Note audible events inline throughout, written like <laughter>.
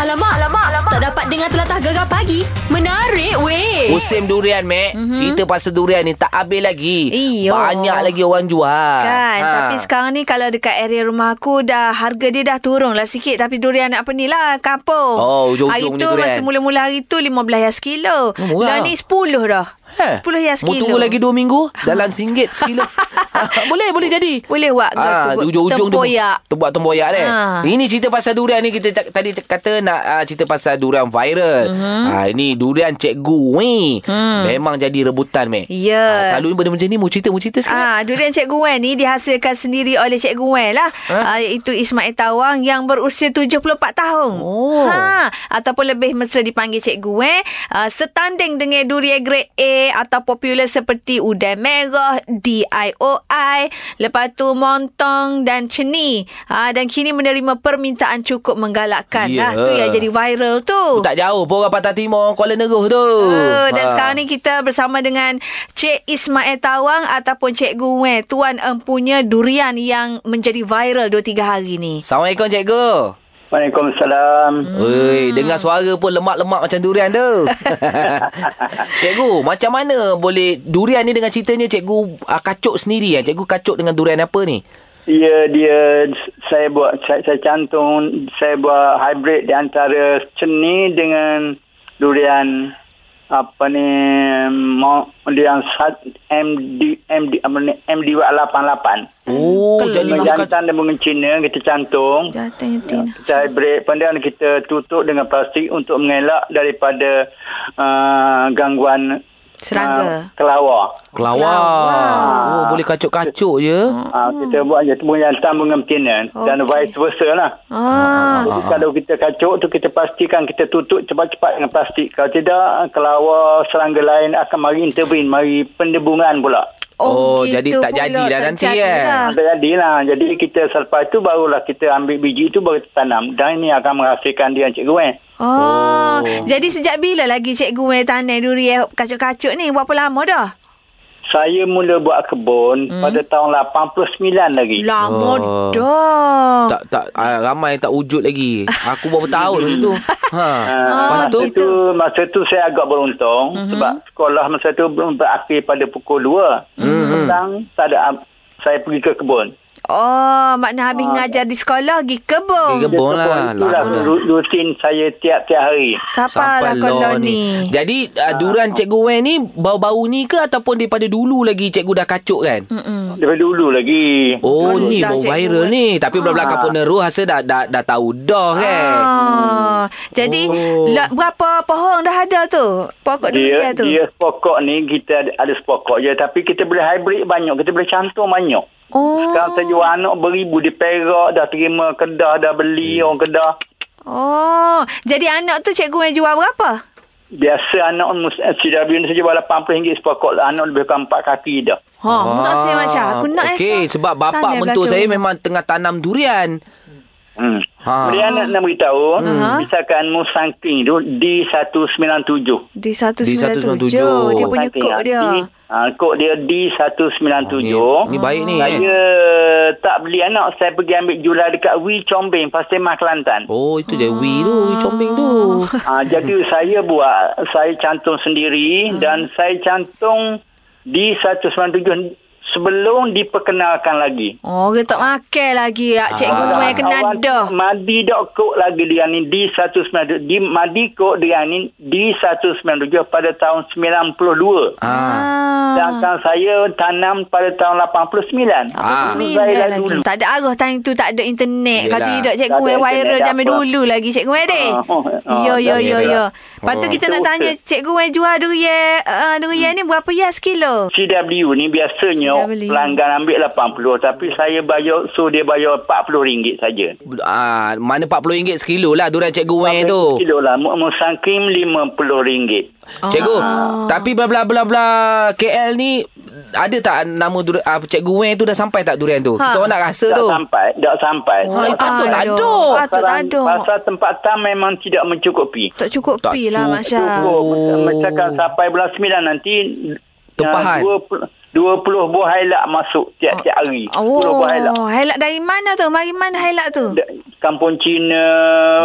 Alamak, alamak, alamak. Tak dapat dengar telatah gegar pagi. Menarik, Eh. weh. Musim durian, Mek. Mm-hmm. Cerita pasal durian ni tak habis Mhm. lagi. Iyo. Banyak lagi orang jual. Kan ha. Tapi sekarang ni Kalau dekat area rumah aku dah Harga dia dah turun lah sikit Tapi durian apa ni lah Kampung Oh, ujung-ujung Hari ni tu durian. masa mula-mula hari tu 15 hias kilo Oh, Dah murah. ni 10 dah Ha. 10 hias Mu kilo tunggu lagi 2 minggu. Dalam RM1 sekilo. <laughs> Ha, boleh, boleh jadi. Boleh buat ke Ah, tu? ujung-ujung Tempoyak. tu buat tempoyak deh. Ah. Ini cerita pasal durian ni kita cak- tadi cak- kata nak ah, cerita pasal durian viral. Mhm. Mm-hmm. Ah, ini durian cikgu ni memang jadi rebutan Hmm. meh. Ya. Ah, selalunya benda macam ni mu cerita mu cerita sikit. Ah, durian Cikgu Wen ni dihasilkan sendiri oleh Cikgu Wen lah. Eh? Ha? Ah, iaitu Ismail Tawang yang berusia 74 tahun. Oh. Ha, ataupun lebih mesra dipanggil Cikgu Wen. Ah, setanding dengan durian grade A atau popular seperti udai merah, DIOI, lepas tu montong dan ceni. Ah, dan kini menerima permintaan cukup menggalakkan. Ya. Yeah. Lah. Tu yang jadi viral tu. Tak jauh pun orang Pantai Timur Kuala Neruh tu. Uh, Ah. dan Ah. sekarang ni kita bersama dengan Cik Ismail Tawang ataupun Cik Gue, tuan empunya durian yang menjadi viral 2-3 hari ni. Assalamualaikum cikgu. Waalaikumsalam. Hmm. Oi, dengar suara pun lemak-lemak macam durian tu. <laughs> cikgu, macam mana boleh durian ni dengan ceritanya cikgu uh, kacuk sendiri ya? Cikgu kacuk dengan durian apa ni? Ya dia saya buat saya, saya cantum saya buat hybrid di antara ceni dengan durian apa ni mau durian sat MD MD apa ni MD 88. Oh, Kelak. jadi bukan Jantan dan bunga Cina kita cantum. Jantan yang Tina. Kita hybrid pandan kita tutup dengan plastik untuk mengelak daripada uh, gangguan Serangga. Uh, kelawar. kelawar. Oh, boleh kacuk-kacuk je. Ah, kita buat je tepung jantan dengan betina okay. dan Hmm. Okey. vice versa lah. Ah, Jadi kalau kita kacuk tu kita pastikan kita tutup cepat-cepat dengan plastik. Kalau tidak kelawar serangga lain akan mari intervene, mari pendebungan pula. Oh, gitu jadi tak pula, jadilah tak nanti, eh? jadilah. Tak jadilah. Jadi kita selepas itu barulah kita ambil biji itu baru kita tanam. Dan ini akan menghasilkan dia eh. Encik Gwen. Oh, jadi sejak bila lagi Cik Gue tanam durian kacuk-kacuk ni? Berapa lama dah? Saya mula buat kebun hmm. pada tahun 89 lagi. Lama Oh. dah. Tak tak uh, ramai yang tak wujud lagi. Aku berapa tahun masa tu. Ha. Lepas Ah, tu masa tu masa tu saya agak beruntung Mhm. mm-hmm. sebab sekolah masa tu belum berakhir pada pukul Mhm. 2. Mm-hmm. Petang tak ada ab- saya pergi ke kebun. Oh, makna habis ngajar di sekolah, pergi kebun. Ah. Pergi kebun. Kebun lah, itulah lama dah. ru- rutin saya tiap-tiap hari. Siapa lah kalau ni? Jadi uh, durian cikgu Wen ni baru-baru ni ke ataupun daripada dulu lagi cikgu dah kacuk kan? Daripada dulu lagi. Oh Dulu ni dah baru cikgu kan. Ah. viral Wen. ni Tapi belah-belah Kampung Neru Rasa dah, dah, dah tahu dah kan Ah, jadi Oh. la- berapa pohon dah ada tu? Pokok Dia durian tu. dia pokok ni kita ada, ada sepokok je tapi kita boleh hybrid banyak, kita boleh cantum banyak. Oh. Sekarang saya jual anak beribu di Perak dah terima Kedah dah beli Hmm. orang Kedah. Oh, jadi anak tu cikgu yang jual berapa? Biasa anak mus- eh, CW ni saya jual RM80 sepokok lah. Anak lebih kurang 4 kaki dah. Ha, ah, tak saya macam aku nak Okey esok sebab tanam bapak mentua belakang saya rumah. Memang tengah tanam durian Hmm. Ha. Kemudian nak, nak beritahu, hmm. misalkan Musangking tu D197. di 197. Di 197. Dia punya Musangking, kod dia. D- Ha, kod dia D197. Oh, ni- ni baik ni, Saya tak beli anak. Saya pergi ambil jual dekat Wee Chombeng, Pasir Mas Kelantan. Oh Oh. itu je Wee tu Wee combing tu Ha, <laughs> jadi saya buat, saya cantum Hmm. sendiri dan saya cantum D197 sebelum diperkenalkan lagi. Oh, dia tak makan lagi. Ya. Cikgu ah, yang kena Awal dah. Madi dok kok lagi dia ni di 197 di Madi kok dia ni di 197 pada tahun 92. Ah, Sedangkan saya tanam pada tahun 89. Ah. Saya Bismillah dah lagi. dulu. Tak ada arah time tu tak ada internet. Kalau Yelah. tidak cikgu Tak ada yang viral internet zaman apa. dulu lagi cikgu yang deh. Oh, oh, Yo yo dah yo ada. yo. Lepas tu kita nak Betul, tanya betul. cikgu yang jual durian uh, durian ni berapa ya sekilo? CW ni biasanya CW. pelanggan ambil 80 tapi saya bayar so dia bayar RM40 saja. ah Mana RM40 sekilo lah Durian cikgu Wen tu Kilo lah mu- musangkim RM50. Cikgu Ah. Tapi bla-bla-bla-bla KL ni Ada tak nama durian, ah, Cikgu Wen tu dah sampai tak durian tu Ha. Kita orang nak rasa Tak tu sampai, tak sampai. Ha, itu Ah, tak aduh. ada. Patut tak Pasal, ada. pasal tempat tam memang tidak mencukupi. Tak cukup Tak pi lah cukup. Masya. Cukup. Misalkan sampai bulan 9 nanti ah, Tempahan. uh, 20, 20 buah helak masuk tiap-tiap hari. 20 Oh, buah helak. helak dari mana tu? Mari mana helak tu? Da- Kampung Cina,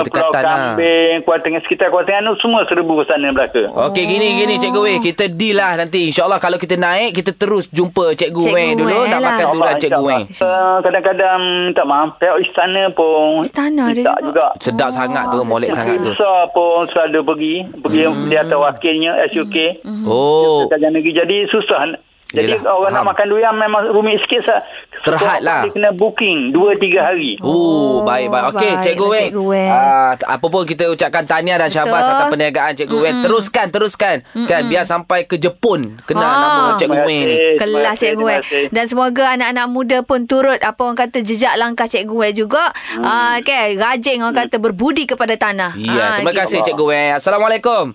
Pulau Berdekatan lah. Kambing, Kuala Tengah, sekitar Kuala Tengah tu semua serbu sana belaka. Okey gini gini cikgu weh kita deal lah nanti insyaallah kalau kita naik kita terus jumpa cikgu, Cikgu weh dulu Weh nak lah. makan durian cikgu weh. Uh, kadang-kadang minta maaf pihak istana pun Istana ada minta juga. juga. Sedap sangat tu molek sangat tu. Susah pun selalu pergi pergi hmm. di atas wakilnya SUK Hmm. Oh kerajaan negeri jadi susah jadi Yelah, orang nak faham. makan durian memang rumit sikit sah. Terhad lah. Dia kena booking 2-3 hari. Oh, baik baik. Okey, baiklah, cikgu weh. Cikgu Weh. Ah, t- apa pun kita ucapkan tahniah dan syabas Betul. atas perniagaan cikgu weh. Teruskan, teruskan. Kan biar sampai ke Jepun kenal Ah. nama Terima cikgu weh. ni. kasih, terima Kelas kasih, Cikgu terima Wei. kasih. Dan semoga anak-anak muda pun turut apa orang kata jejak langkah Cikgu Wei juga. Hmm. Ah, okay. rajin orang kata berbudi kepada tanah. Ah, Ya, terima gitu. kasih cikgu weh. Assalamualaikum.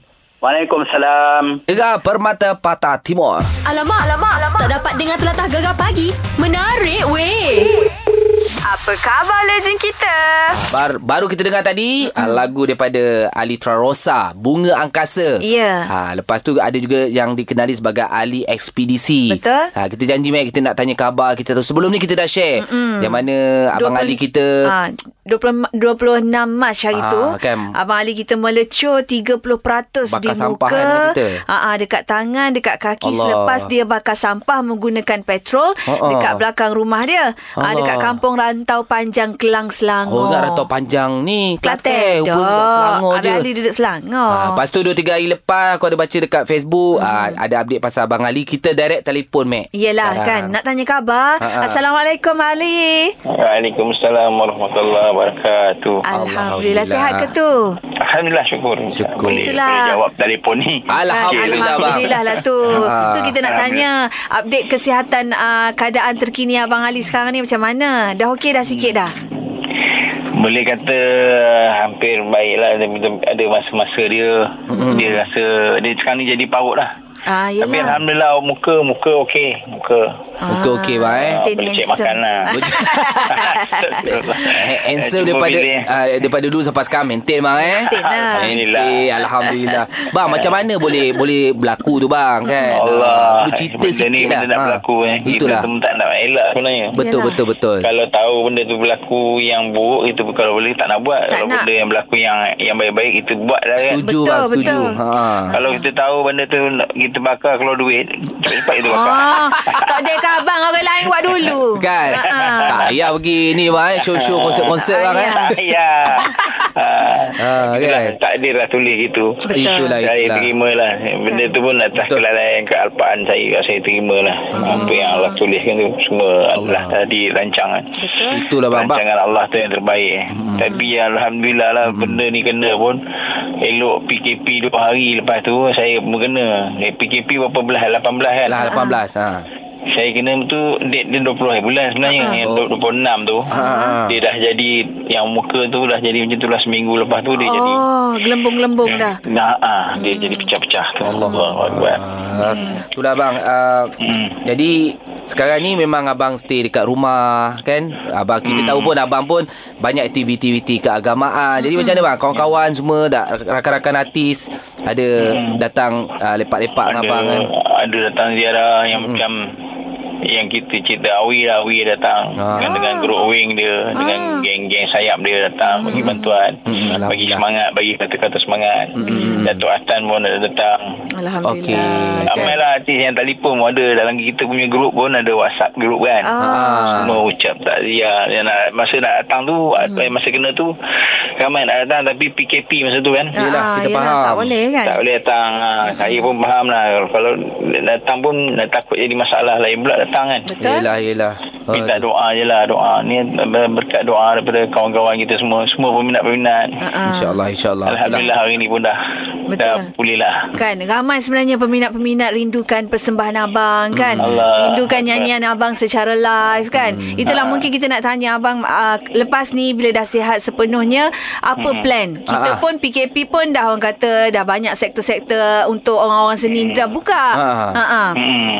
Waalaikumsalam. Gegar Permata Patah Timur. Alamak, alamak, alamak. Tak dapat dengar telatah gegar pagi. Menarik weh. Apa khabar legend kita? Bar, baru kita dengar tadi uh, lagu daripada Ali Trarosa, Bunga Angkasa. Ya. Ha, lepas tu ada juga yang dikenali sebagai Ali Ekspedisi. Betul. Ha, kita janji Mac kita nak tanya khabar kita tu. Sebelum ni kita dah share Mm-mm. yang mana abang 20 Ali kita Ah, 20, 26 Mac hari Eh. Ah, tu kan. Abang Ali kita melecur 30% di Bakar sampah muka kan kita. ah, ah, Dekat tangan Dekat kaki Allah. Allah. Selepas dia bakar sampah Menggunakan petrol Ah, ah. Dekat belakang rumah dia ah, Allah. Dekat kampung Rantau Panjang Kelang Oh, Selangor ingat Rantau Panjang ni Kelantan Rupa kat Selangor Abang je Ali duduk Selangor Ha, lepas tu 2-3 hari lepas Aku ada baca dekat Facebook ha, Ada update pasal Abang Ali Kita direct telefon Mac Ah. Yelah kan Sekarang. Nak tanya khabar Ah, ah. Assalamualaikum Ali Waalaikumsalam warahmatullahi wabarakatuh. Ah. Alhamdulillah Sihat ke tu? Alhamdulillah syukur. Syukur. Boleh, Itulah. boleh jawab telefon ni. Alhamdulillah, bang. Alhamdulillah lah <laughs> tu Ah. Tu kita nak tanya Update kesihatan uh, Keadaan terkini Abang Ali sekarang ni Macam mana Dah okey dah sikit dah Boleh kata hampir baiklah Ada- ada masa-masa dia dia rasa dia sekarang ni jadi parut lah. Ah, yelah. Tapi alhamdulillah muka muka okey, muka. Okey, okey, bang, eh. Ah, boleh cek makan <laughs> lah. Ah. Eh, Handsome Cuma daripada bila- uh, daripada dulu sampai sekarang maintain bang eh. Maintain lah. Maintain, alhamdulillah. Bang macam mana boleh boleh berlaku tu bang kan? Allah. Eh, Cuba cerita benda sikit ni lah. benda nak Ha. berlaku eh. Itulah. Kita pun tak nak elak sebenarnya. Betul Yalah. betul betul. Kalau tahu benda tu berlaku yang buruk itu kalau boleh tak nak buat. Tak kalau nak. benda yang berlaku yang yang baik-baik kita buat lah kan. Setuju Betul, bang, setuju. betul. Ha. Kalau kita tahu benda tu nak- kita bakar keluar duit, cepat-cepat kita bakar. <laughs> ah, <laughs> Tak ada ke abang Orang lain buat dulu Kan? Ah, Tak ah. payah pergi ni bang, eh. show-show konsert-konsert bang eh. Ah, <laughs> ya. Ah, Ah, kan? itulah, takdir lah tulis gitu. Betul. Itulah Saya itulah. terima lah. Benda tu pun atas Betul. Hmm. kelalaian kealpaan saya. Saya terima lah. Apa yang Allah tuliskan tu semua adalah tadi rancangan. Betul Itulah bang. bang. Rancangan Allah tu yang terbaik. Hmm. Tapi Alhamdulillah lah Hmm. benda ni kena pun. Elok PKP 2 hari lepas tu saya pun kena. Eh, PKP berapa belas? 18 kan? Lah 18 ha. Saya kena tu date dia 20 hari bulan sebenarnya uh-huh. yang Oh. 26 tu. Ah. Dia dah jadi yang muka tu dah jadi macam tu lah seminggu lepas tu dia jadi Oh Gelembung-gelembung dah Nah, ah, dia jadi pecah-pecah tu. Allah Akbar. Ah, Hmm. Itulah bang. Uh, Hmm. Jadi sekarang ni memang abang stay dekat rumah kan. Abang kita tahu pun abang pun banyak aktiviti-aktiviti keagamaan. Jadi macam mana bang? Kawan-kawan semua dah rakan-rakan artis ada datang uh, lepak-lepak dengan Ada, abang kan. ada datang ziarah yang macam yang kita cerita Awi lah Awi datang Ah. dengan, dengan grup wing dia dengan geng-geng sayap dia datang bagi bantuan Hmm, bagi Alhamdulillah. semangat bagi kata-kata semangat Datuk Atan pun ada datang Alhamdulillah Kan? Okey. ramai lah artis yang telefon pun ada dalam kita punya grup pun ada whatsapp grup kan Ah. semua ucap takziah yang nak, masa nak datang tu Hmm. eh, masa kena tu ramai nak datang tapi PKP masa tu kan Yelah, Ah, kita yelah, faham. Tak boleh kan tak boleh datang ha, Saya pun faham lah Kalau datang pun nak Takut jadi masalah Lain pula datang kan Betul. Yelah yelah. Minta Aduh. doa je lah Doa ni berkat doa Daripada kawan-kawan kita semua Semua peminat-peminat Ah. InsyaAllah insyaAllah. lah. Alhamdulillah hari ni pun dah Betul. Dah pulih lah Kan ramai sebenarnya peminat-peminat rindukan persembahan abang kan Hmm, Allah. Hmm, rindukan nyanyian abang secara live kan itulah mungkin kita nak tanya abang uh, lepas ni bila dah sihat sepenuhnya apa Hmm. plan kita Ah, ah. pun PKP pun dah orang kata dah banyak sektor-sektor untuk orang-orang seni dah buka Ah, ah. ha ah. hmm.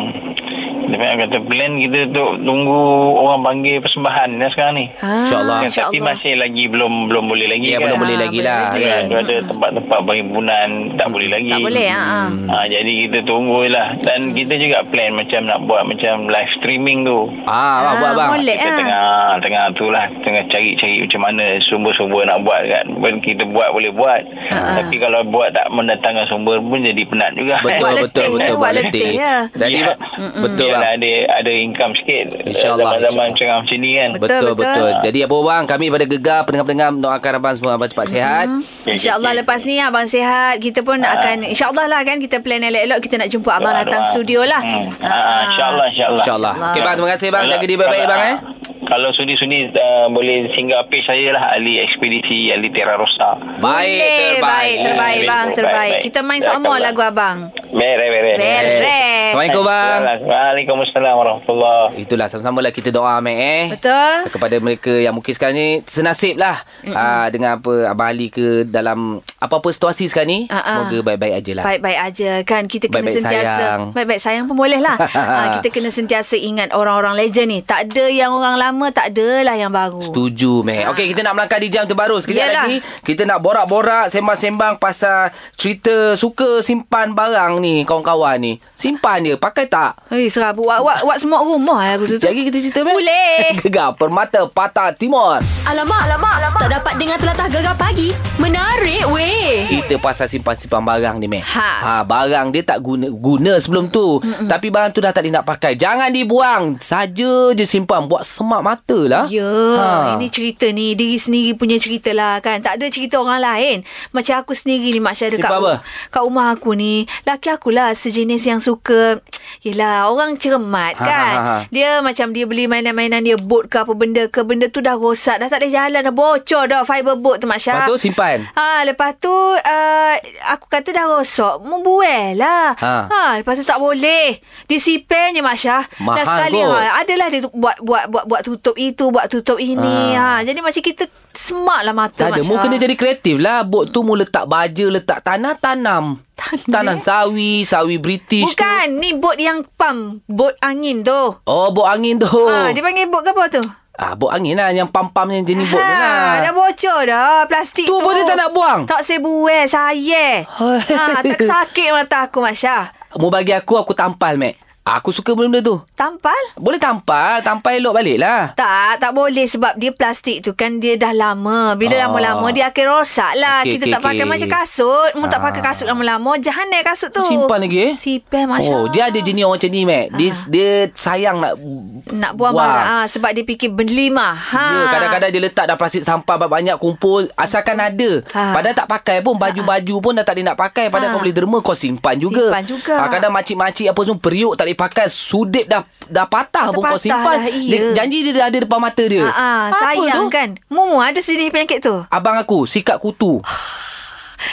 Sebab orang kata plan kita tu tunggu orang panggil persembahan dah sekarang ni. Ah, InsyaAllah. Kan, tapi masih lagi belum belum boleh lagi Ya, kan. belum boleh Ah, lagi boleh lah. lagi. Kan, tu ada tempat-tempat perhimpunan tak boleh lagi. Tak boleh ah. ah. Ha, jadi kita tunggu je lah Dan kita juga plan macam nak buat macam live streaming tu Ah, abang buat bang. Boleh kita ah. tengah tengah tu lah tengah cari-cari macam mana sumber-sumber nak buat kan Bukan kita buat boleh buat Ah, tapi kalau buat tak mendatangkan sumber pun jadi penat juga Betul <laughs> Buat betul letih, betul buat boleh. letih, ya. Jadi Ya. bang, betul Biarlah bang. ada ada income sikit InsyaAllah, zaman-zaman insyaAllah. macam macam ni kan Betul, Betul betul. betul. Jadi apa bang, kami pada gegar pendengar-pendengar doakan abang semua abang cepat Mm-hmm. sihat. Okey, InsyaAllah okey. Ah. lepas ni abang sihat. Kita pun akan insyaAllah lah kan kita plan elok-elok kita nak jumpa abang Doa, datang doa. studio lah. Hmm. Ah, Ah, ah, ah. InsyaAllah InsyaAllah InsyaAllah. Okey bang, terima kasih bang. Kalau- Jaga diri baik-baik kalau- bang eh. Kalau sudi-sudi uh, boleh singgah page saya lah Ali Ekspedisi Ali Terra Rosa Boleh, Baik, terbaik. baik, terbaik Baik, bang, baik, terbaik. baik. Kita main Dah, semua kawan. lagu abang. Beres beres Beres. Assalamualaikum bang. Waalaikumsalam warahmatullahi Itulah sama-sama lah kita doa Mek eh. Betul. Kepada mereka yang mungkin sekarang ni senasib lah aa, dengan apa Abang Ali ke dalam apa-apa situasi sekarang ni. Ah, ah. Semoga baik-baik aje lah. Baik-baik aja kan kita kena Baik-baik sentiasa sayang. baik-baik sayang pun boleh <laughs> lah. ha, kita kena sentiasa ingat orang-orang legend ni. Tak ada yang orang lama, tak ada lah yang baru. Setuju meh. Okey kita nak melangkah di jam terbaru sekejap Ah. Yalah. Yalah. lagi. Kita nak borak-borak, sembang-sembang pasal cerita suka simpan barang ni kawan-kawan ni. Simpan je, pakai tak? Hei, serabut wak wak wak semua rumah lah aku tu. tu. Jadi kita cerita meh. Boleh. <laughs> Gegar Permata Patah Timur. Alamak, alamak, alamak. Tak dapat dengar telatah gegar pagi. Menarik weh. Kita pasal simpan-simpan barang ni meh. Ha. Ha. barang dia tak guna guna sebelum tu. Mm-mm. Tapi barang tu dah tak boleh nak pakai. Jangan dibuang. Saja je simpan buat semak mata lah. Ya, ha. ini cerita ni diri sendiri punya cerita lah kan. Tak ada cerita orang lain. Macam aku sendiri ni Mak Syara kat, um, Sifat apa? kat rumah aku ni, laki aku lah sejenis yang suka Yelah orang cermat Ha, kan ha, ha, ha. Dia macam dia beli mainan-mainan dia Boat ke apa benda ke Benda tu dah rosak Dah tak boleh jalan Dah bocor dah Fiber boat tu Mak Syah Lepas tu simpan. Ha, lepas tu uh, aku kata dah rosak. Mu buai lah. Ha. Ha. ha. lepas tu tak boleh. Disipen je Mak Syah. Mahal Dah sekali kot. ha, adalah dia tu- buat buat buat buat tutup itu, buat tutup ini. Ha. Ha. Jadi macam kita semak lah mata Tak ada. Mak Mu Syah. kena jadi kreatif lah. Bot tu mu letak baja, letak tanah, tanam. Tanam. Tanam sawi, sawi British eh? Bukan, ni bot yang pam, bot angin tu. tu. Oh, bot angin tu. Ha, dia panggil bot ke apa tu? Ah, bot angin lah. Yang pam-pam yang jenis bot tu Ha, dah lah. bocor dah plastik Tu tu. pun dia tak nak buang? Tak sebu eh, saya. ha, tak sakit mata aku Mak Syah. Mu bagi aku, aku tampal, Mac. Aku suka benda-benda tu. Tampal? Boleh tampal. Tampal elok balik lah. Tak, tak boleh sebab dia plastik tu kan dia dah lama. Bila Ah. lama-lama dia akan rosak lah. Okay, Kita Okey, okey, tak pakai okey. macam kasut. Mu tak Ah. pakai kasut lama-lama. Jahanai kasut tu. Simpan lagi eh Simpan Masya Ah. Oh dia ada jenis orang macam ni Mac dia, dia sayang nak Nak buang barang. Ha, sebab dia fikir beli mah. Ha. Ya, kadang-kadang dia letak dah plastik sampah banyak-banyak kumpul asalkan ada. Ha. Padahal tak pakai pun baju-baju pun dah tak boleh nak pakai. Padahal Ha. kau beli derma kau simpan juga. Simpan juga. Ha, kadang makcik-makcik apa semua periuk tak boleh pakai, sudip dah dah patah Dah pun patah kau simpan. dah, iya. dia, janji dia dah ada depan mata dia. Ha, ha, Apa sayang tu? kan. Mumu ada sini penyakit tu. Abang aku sikat <sighs> kutu.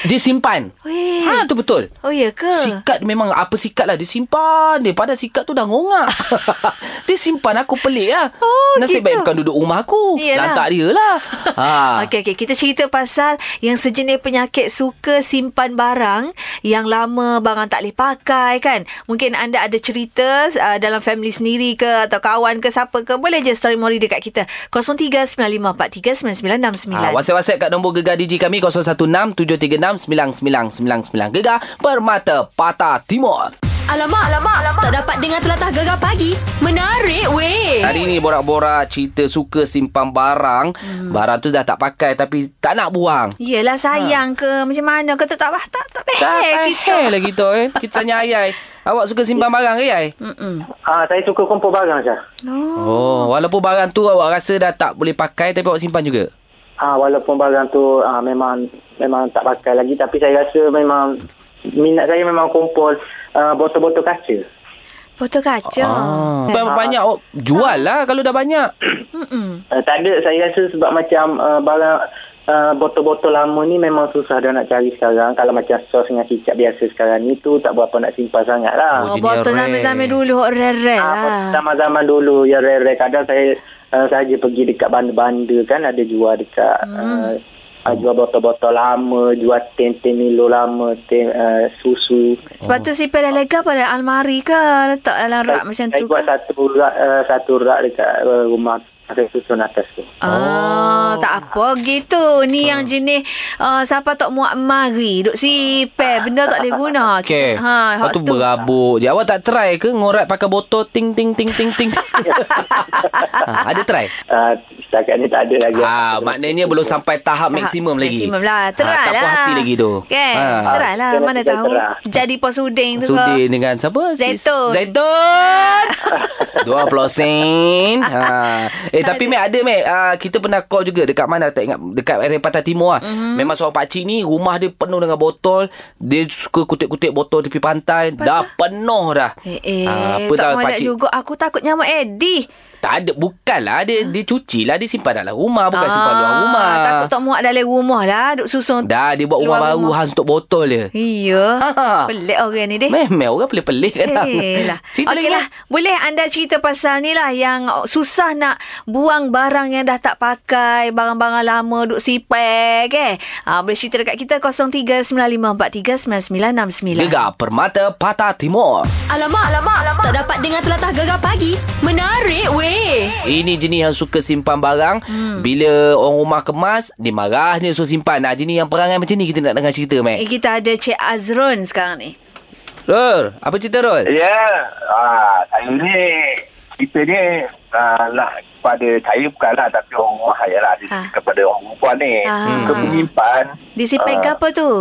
Dia simpan. Weh. Ha tu betul. Oh ya ke? Sikat memang apa sikat lah Dia simpan Dia pada sikat tu dah <laughs> ngongak Dia simpan aku pelik lah Oh, Nasib gitu. baik bukan duduk rumah aku Yelah. Lantak dia <laughs> lah ha. Ah. Okey okey kita cerita pasal yang sejenis penyakit suka simpan barang yang lama barang tak boleh pakai kan. Mungkin anda ada cerita uh, dalam family sendiri ke atau kawan ke siapa ke boleh je story mori dekat kita 0395439969. Ha, WhatsApp-WhatsApp kat nombor Gegar Digi kami 0167369999 Gegar Permata Patah Timur Eh. Alamak, alamak, alamak. Tak dapat dengar telatah gegar pagi. Menarik weh. Hari ni borak-borak cerita suka simpan barang hmm. Barang tu dah tak pakai tapi tak nak buang Yelah sayang ke macam mana ke tak tak tak tak, tak behel Ah. Tak kita. pakai lah kita eh Kita tanya Ayai Awak suka simpan barang ke Ayai? Ah, saya suka kumpul barang Syah. Oh, walaupun barang tu awak rasa dah tak boleh pakai tapi awak simpan juga. Ah, walaupun barang tu ah, memang memang tak pakai lagi tapi saya rasa memang minat saya memang kumpul ah, botol-botol kaca. Botol kaca. Ah. Ba- Banyak awak jual lah kalau dah banyak. Mm-mm. Uh, tak ada saya rasa sebab macam uh, barang uh, botol-botol lama ni memang susah dah nak cari sekarang kalau macam sos dengan kicap biasa sekarang ni tu tak berapa nak simpan sangat lah Oh, Oh, jenis botol rare. zaman-zaman dulu hok rare Ah, lah. zaman-zaman dulu ya eh, rare kadang saya uh, saja pergi dekat bandar-bandar kan ada jual dekat hmm. uh, Ah, Jual botol-botol lama, jual tin-tin Milo lama, tin uh, susu. Sebab tu sipir dah lega pada almari ke? Letak dalam rak Saya- Ah, macam saya tu kan? buat ke? satu rak, uh, satu rak dekat uh, rumah saya susun atas tu. Oh. Ah, tak apa gitu. Ni Ah. yang jenis uh, siapa tak muat mari. Duk sipir. Benda tak boleh guna. <laughs> Okey. Ha, Lepas hak tu berabuk je. Awak tak try ke ngorat pakai botol ting ting ting ting <laughs> ting? ha, ada try? Uh, setakat ni tak ada lagi. Ah, maknanya belum sampai tahap, Tahap maksimum lagi. Ah, Ha, Maksimum lah. Try tak lah. puas hati lagi tu. Ah. Ha. Kan? Try lah. Kena Mana kita tahu. try. Jadi pos suding tu Sudin ke. dengan siapa? Sis- Zaitun. <laughs> Zaitun. 20 sen. Ha. Eh tapi Mek ada Mek. Uh, kita pernah call juga dekat mana tak ingat dekat area Pantai Timur lah. Mhm. Mm-hmm. Memang seorang pak cik ni rumah dia penuh dengan botol. Dia suka kutip-kutip botol tepi pantai. Dah penuh dah. Eh, eh, Ah, apa tak molek juga. Aku takut nyamuk Eddie. Tak ada bukanlah dia dia cuci lah dia simpan dalam rumah bukan simpan luar rumah. Ah, Takut tak muat dalam rumah lah. Duk susun. Dah dia buat Luar rumah baru rumah. Eh. khas untuk botol dia. Iya. Ha. Ya. Pelik orang ni deh. Memang orang pelik-pelik kan. Eh lah. Cerita Okey lagi lah. Boleh anda cerita pasal ni lah yang susah nak buang barang yang dah tak pakai, barang-barang lama duk sipek eh. Ha, boleh cerita dekat kita 0395439969. Gegar Permata Patah Timur. Alamak, alamak, alamak. Tak dapat dengar telatah gegar pagi. Menarik weh. Ini jenis yang suka simpan barang. Hmm. Bila orang rumah kemas, dia marahnya suruh simpan. Nah, jenis yang perangai macam ni kita nak dengar Eh, cerita, Mac. kita ada Cik Azrun sekarang ni. Rol, apa cerita Rol? Ya, ah, saya ni kita ni ah, nak kepada saya bukanlah tapi orang rumah saya lah dia Ah. kepada orang perempuan ni. Ah. Ah. Ke menyimpan. Dia sipek ah, ke apa tu?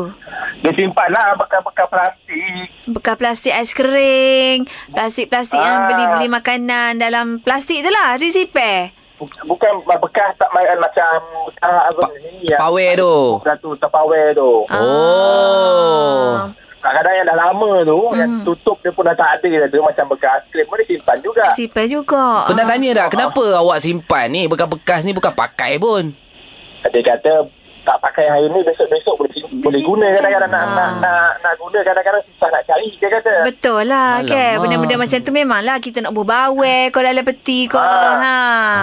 Dia simpan lah bekas-bekas plastik. Bekas plastik ais kering, plastik-plastik yang Ah. beli-beli makanan dalam plastik tu lah. Dia sipek. Buk- Bukan bekas tak main eh, macam ah, apa Pa- ni yang Pawe tu. satu terpawer tu. Oh. Ah. Kadang-kadang yang dah lama tu yang tutup dia pun dah tak ada dah tu macam bekas klip pun dia simpan juga. Sipek juga. Pernah Ah. tanya tak kenapa awak simpan ni bekas-bekas ni bukan pakai pun? Dia kata tak pakai hari ni besok-besok boleh sim- boleh guna kadang-kadang nak, Ah. nak, nak, nak guna kadang-kadang susah nak cari dia kata. Betul lah Alamak. ke Benda-benda macam tu memanglah Kita nak berbawer Kau dalam peti kau Ah. ha.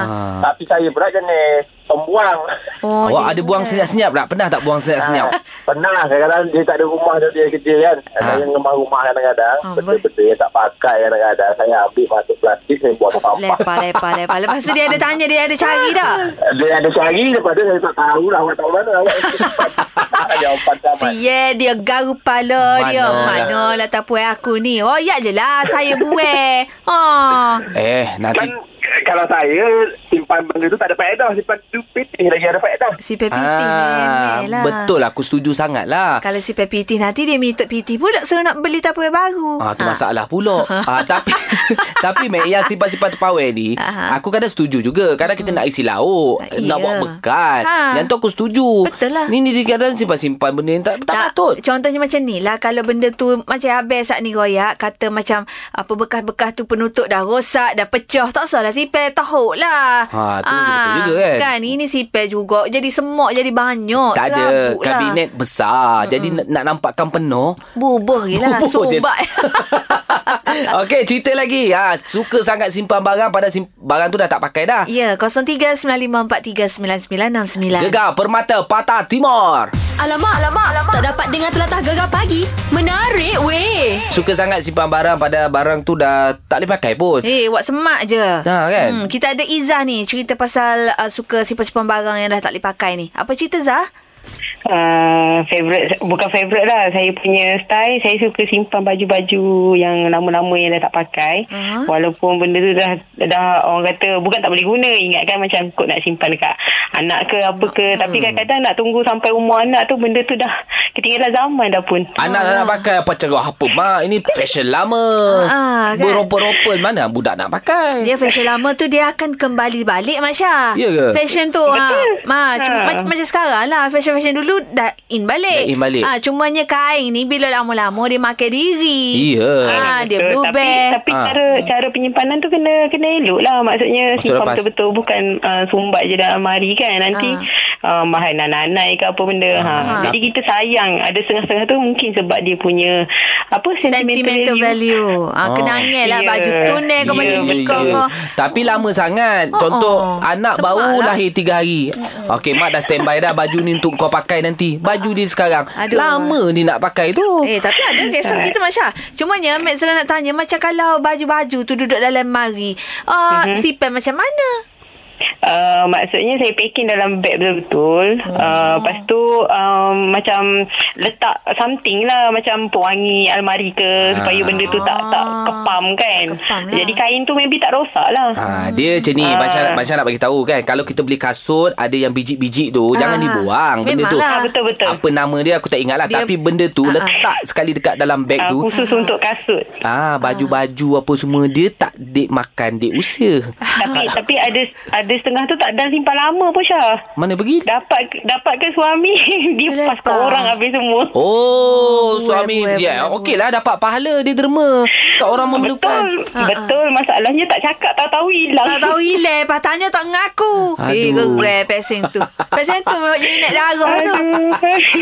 Ha. Tapi saya pula jenis pembuang. Oh, awak jadi ada buang boleh. senyap-senyap tak? Pernah tak buang senyap-senyap? <laughs> Ah. Pernah kadang-kadang dia tak ada rumah dia, dia kerja kan. Ah. Saya ngemah rumah kadang-kadang. Ah, Benda-benda yang tak pakai kadang-kadang. Saya ambil masuk plastik saya buang sampah. Lepas, lepas, lepas Lepas tu dia ada tanya Dia ada cari <laughs> tak <laughs> Dia ada cari lepas tu saya tak tahu lah awak tahu mana awak. <laughs> Jawapan tamat. Sia dia garu pala Mana dia lah. Mana lah tak puas aku ni Oh ya je lah Saya buai ha. eh, nanti Kan kalau saya simpan benda tu tak ada faedah. Simpan tu pitih lagi ada faedah. Si PPT Ah, memang lah betul aku setuju sangat lah. Kalau si PPT nanti Dia minta PT pula Suruh nak beli tapuai baru Ha. Ah tu masalah <laughs> pula. ah tapi <laughs> tapi Mek yang simpan-simpan terpawai ni, Aha. aku kadang setuju juga. Kadang kita nak isi lauk, Ah, nak iya. buat bekas. Ha. Yang tu aku setuju. Betul lah. Ni ni dia kadang simpan-simpan benda yang tak tak, patut. Contohnya macam ni lah Kalau benda tu Macam habis saat ni royak Kata macam Apa bekas-bekas tu penutup dah rosak Dah pecah Tak salah sipir Tahuk lah Ha, tu betul juga kan? Kan ini sipir juga Jadi semok jadi banyak tak ada Serabut lah. Hmm. kabinet besar. Jadi nak, nak nampakkan <laughs> penuh. Bubuh je lah Bubuh je. Subat Okey, cerita lagi. Ha, suka sangat simpan barang pada sim- barang tu dah tak pakai dah. <laughs> Ya 0395439969 Gegar Permata Patah Timur. Alamak, alamak, alamak. Tak dapat dengar telatah gegar pagi. Menarik weh. Suka sangat simpan barang pada barang tu dah tak boleh pakai pun. Eh, hey, awak semak je. Ha, kan? Hmm, kita ada Izzah ni cerita pasal uh, suka simpan-simpan barang yang dah tak boleh pakai ni. Apa cerita Zah? Uh, favorite bukan favorite lah saya punya style saya suka simpan baju-baju yang lama-lama yang dah tak pakai Aha. uh-huh. walaupun benda tu dah dah orang kata bukan tak boleh guna ingatkan macam kot nak simpan dekat anak ke apa ke tapi kadang-kadang nak tunggu sampai umur anak tu benda tu dah ketinggalan zaman dah pun Anak tak nak pakai apa cerah apa mak ini fashion lama. Ah, kan? Beropel-opel mana budak nak pakai. Dia fashion lama tu dia akan kembali balik Masya. Ya ke? Fashion tu ha. Ma, cuma, Ha. mac- macam sekarang lah fashion-fashion dulu dah in balik. Dah in balik. Ha, cumanya kain ni bila lama-lama dia makan diri. Iya. Ha, dia Betul. blue bear. Tapi, tapi Ah. cara cara penyimpanan tu kena kena elok lah. Maksudnya Maksud simpan lepas- ah, betul-betul bukan uh, sumbat je dalam almari kan. Nanti Ah. uh, bahan nanai ke apa benda. Ha. Ah. Jadi kita sayang ada setengah-setengah tu mungkin sebab dia punya apa Sentimental value. Ah, Oh. kena angin lah Ya. baju tunai kau Ya, baju ni kau. ya. kau. Tapi lama sangat Oh, Contoh oh. Anak Semak baru lah. lahir 3 hari Okey mak dah standby dah Baju ni untuk kau pakai nanti Baju dia sekarang Aduh. Lama ni nak pakai tu Oh, Eh tapi ada kisah kita Masya Cumanya Mek Zura nak tanya Macam kalau baju-baju tu Duduk dalam mari uh, Mhm. mm-hmm. Sipan macam mana Uh, maksudnya saya packing dalam beg betul-betul. Hmm. Uh, lepas tu um, macam letak something lah macam pewangi almari ke Ah. supaya benda tu tak tak kepam kan. Ah. Kepam lah. Jadi kain tu maybe tak rosak lah. Ha, dia macam ni Ah. Masya, Masya nak bagi tahu kan Kalau kita beli kasut Ada yang biji-biji Ah. tu Oh, Jangan dibuang Benda tu Memanglah. Ah, betul-betul. Apa nama dia aku tak ingat lah Dia- Tapi benda tu Ah, ah. Letak sekali dekat dalam beg Uh, tu khusus untuk kasut. Ah, baju-baju apa semua dia tak dek makan, dek usia. Tapi <laughs> tapi ada ada setengah tu tak dan simpan lama pun Syah. Mana pergi? Dapat dapatkan suami <laughs> dia Lepas. pas kat orang habis semua. Oh, Buat, suami buat, dia. buat, Okey lah dapat pahala dia derma kat Ah, orang memerlukan. Betul, betul masalahnya tak cakap tahu-tahu hilang. Ha, Tak tahu hilang Lepas tanya tak ngaku Eh Aduh. gerai pesen tu Pesen tu memang jadi nak darah tu Aduh.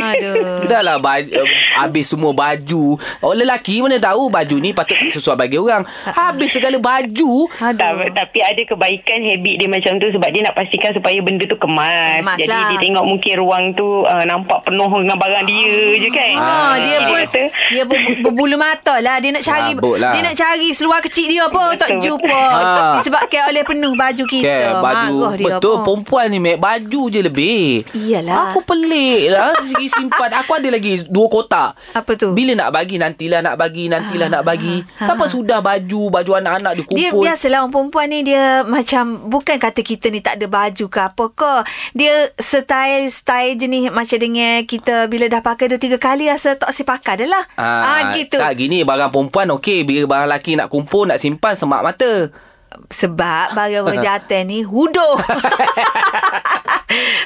Aduh Dah lah baju, eh, habis semua baju. Oh lelaki mana tahu baju ni patut tak sesuai bagi orang. Habis segala baju. Tak, Aduh tapi ada kebaikan habit dia macam tu sebab dia nak pastikan supaya benda tu kemas. Kemas Jadi lah. dia tengok mungkin ruang tu uh, nampak penuh dengan barang dia je kan. Ah. Ha, dia pun kata, dia pun ber- berbulu mata lah dia nak cari Sabut lah. dia nak cari seluar kecil dia pun tak Betul, jumpa betul. disebabkan oleh penuh baju kita Okay, Marah baju dia betul pun. perempuan ni mek baju je lebih. Iyalah. Aku pelik lah segi simpan. Aku ada lagi dua kotak. Apa tu? Bila nak bagi nantilah nak bagi nantilah nak bagi. ah, Sampai sudah baju baju Dia anak-anak dikumpul. biasalah orang perempuan ni dia macam bukan kata kita ni tak ada baju ke apa ke. Dia style-style jenis macam dengan kita bila dah pakai dua tiga kali rasa tak si pakai dah lah. Ah, gitu. Tak gini barang perempuan okey bila barang lelaki nak kumpul nak simpan semak mata. Sebab bagi <laughs> orang jantan ni hudoh.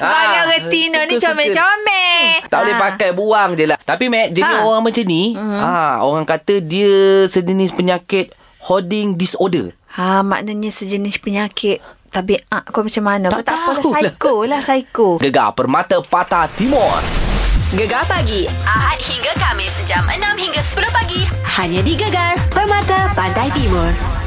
bagi Ah, orang tino ni suka-suka. Hmm, comel-comel. Tak boleh Ah. pakai buang je lah. Tapi Mac jenis Ha. orang macam ni, ah orang kata dia sejenis penyakit hoarding disorder. Ha, maknanya sejenis penyakit tabiat kau macam mana. kau Tak tak apalah, tahulah. psycho lah, psycho. Gegar Permata Patah Timur. Gegar pagi Ahad hingga Kamis jam 6 hingga 10 pagi hanya di Gegar Permata Pantai Timur.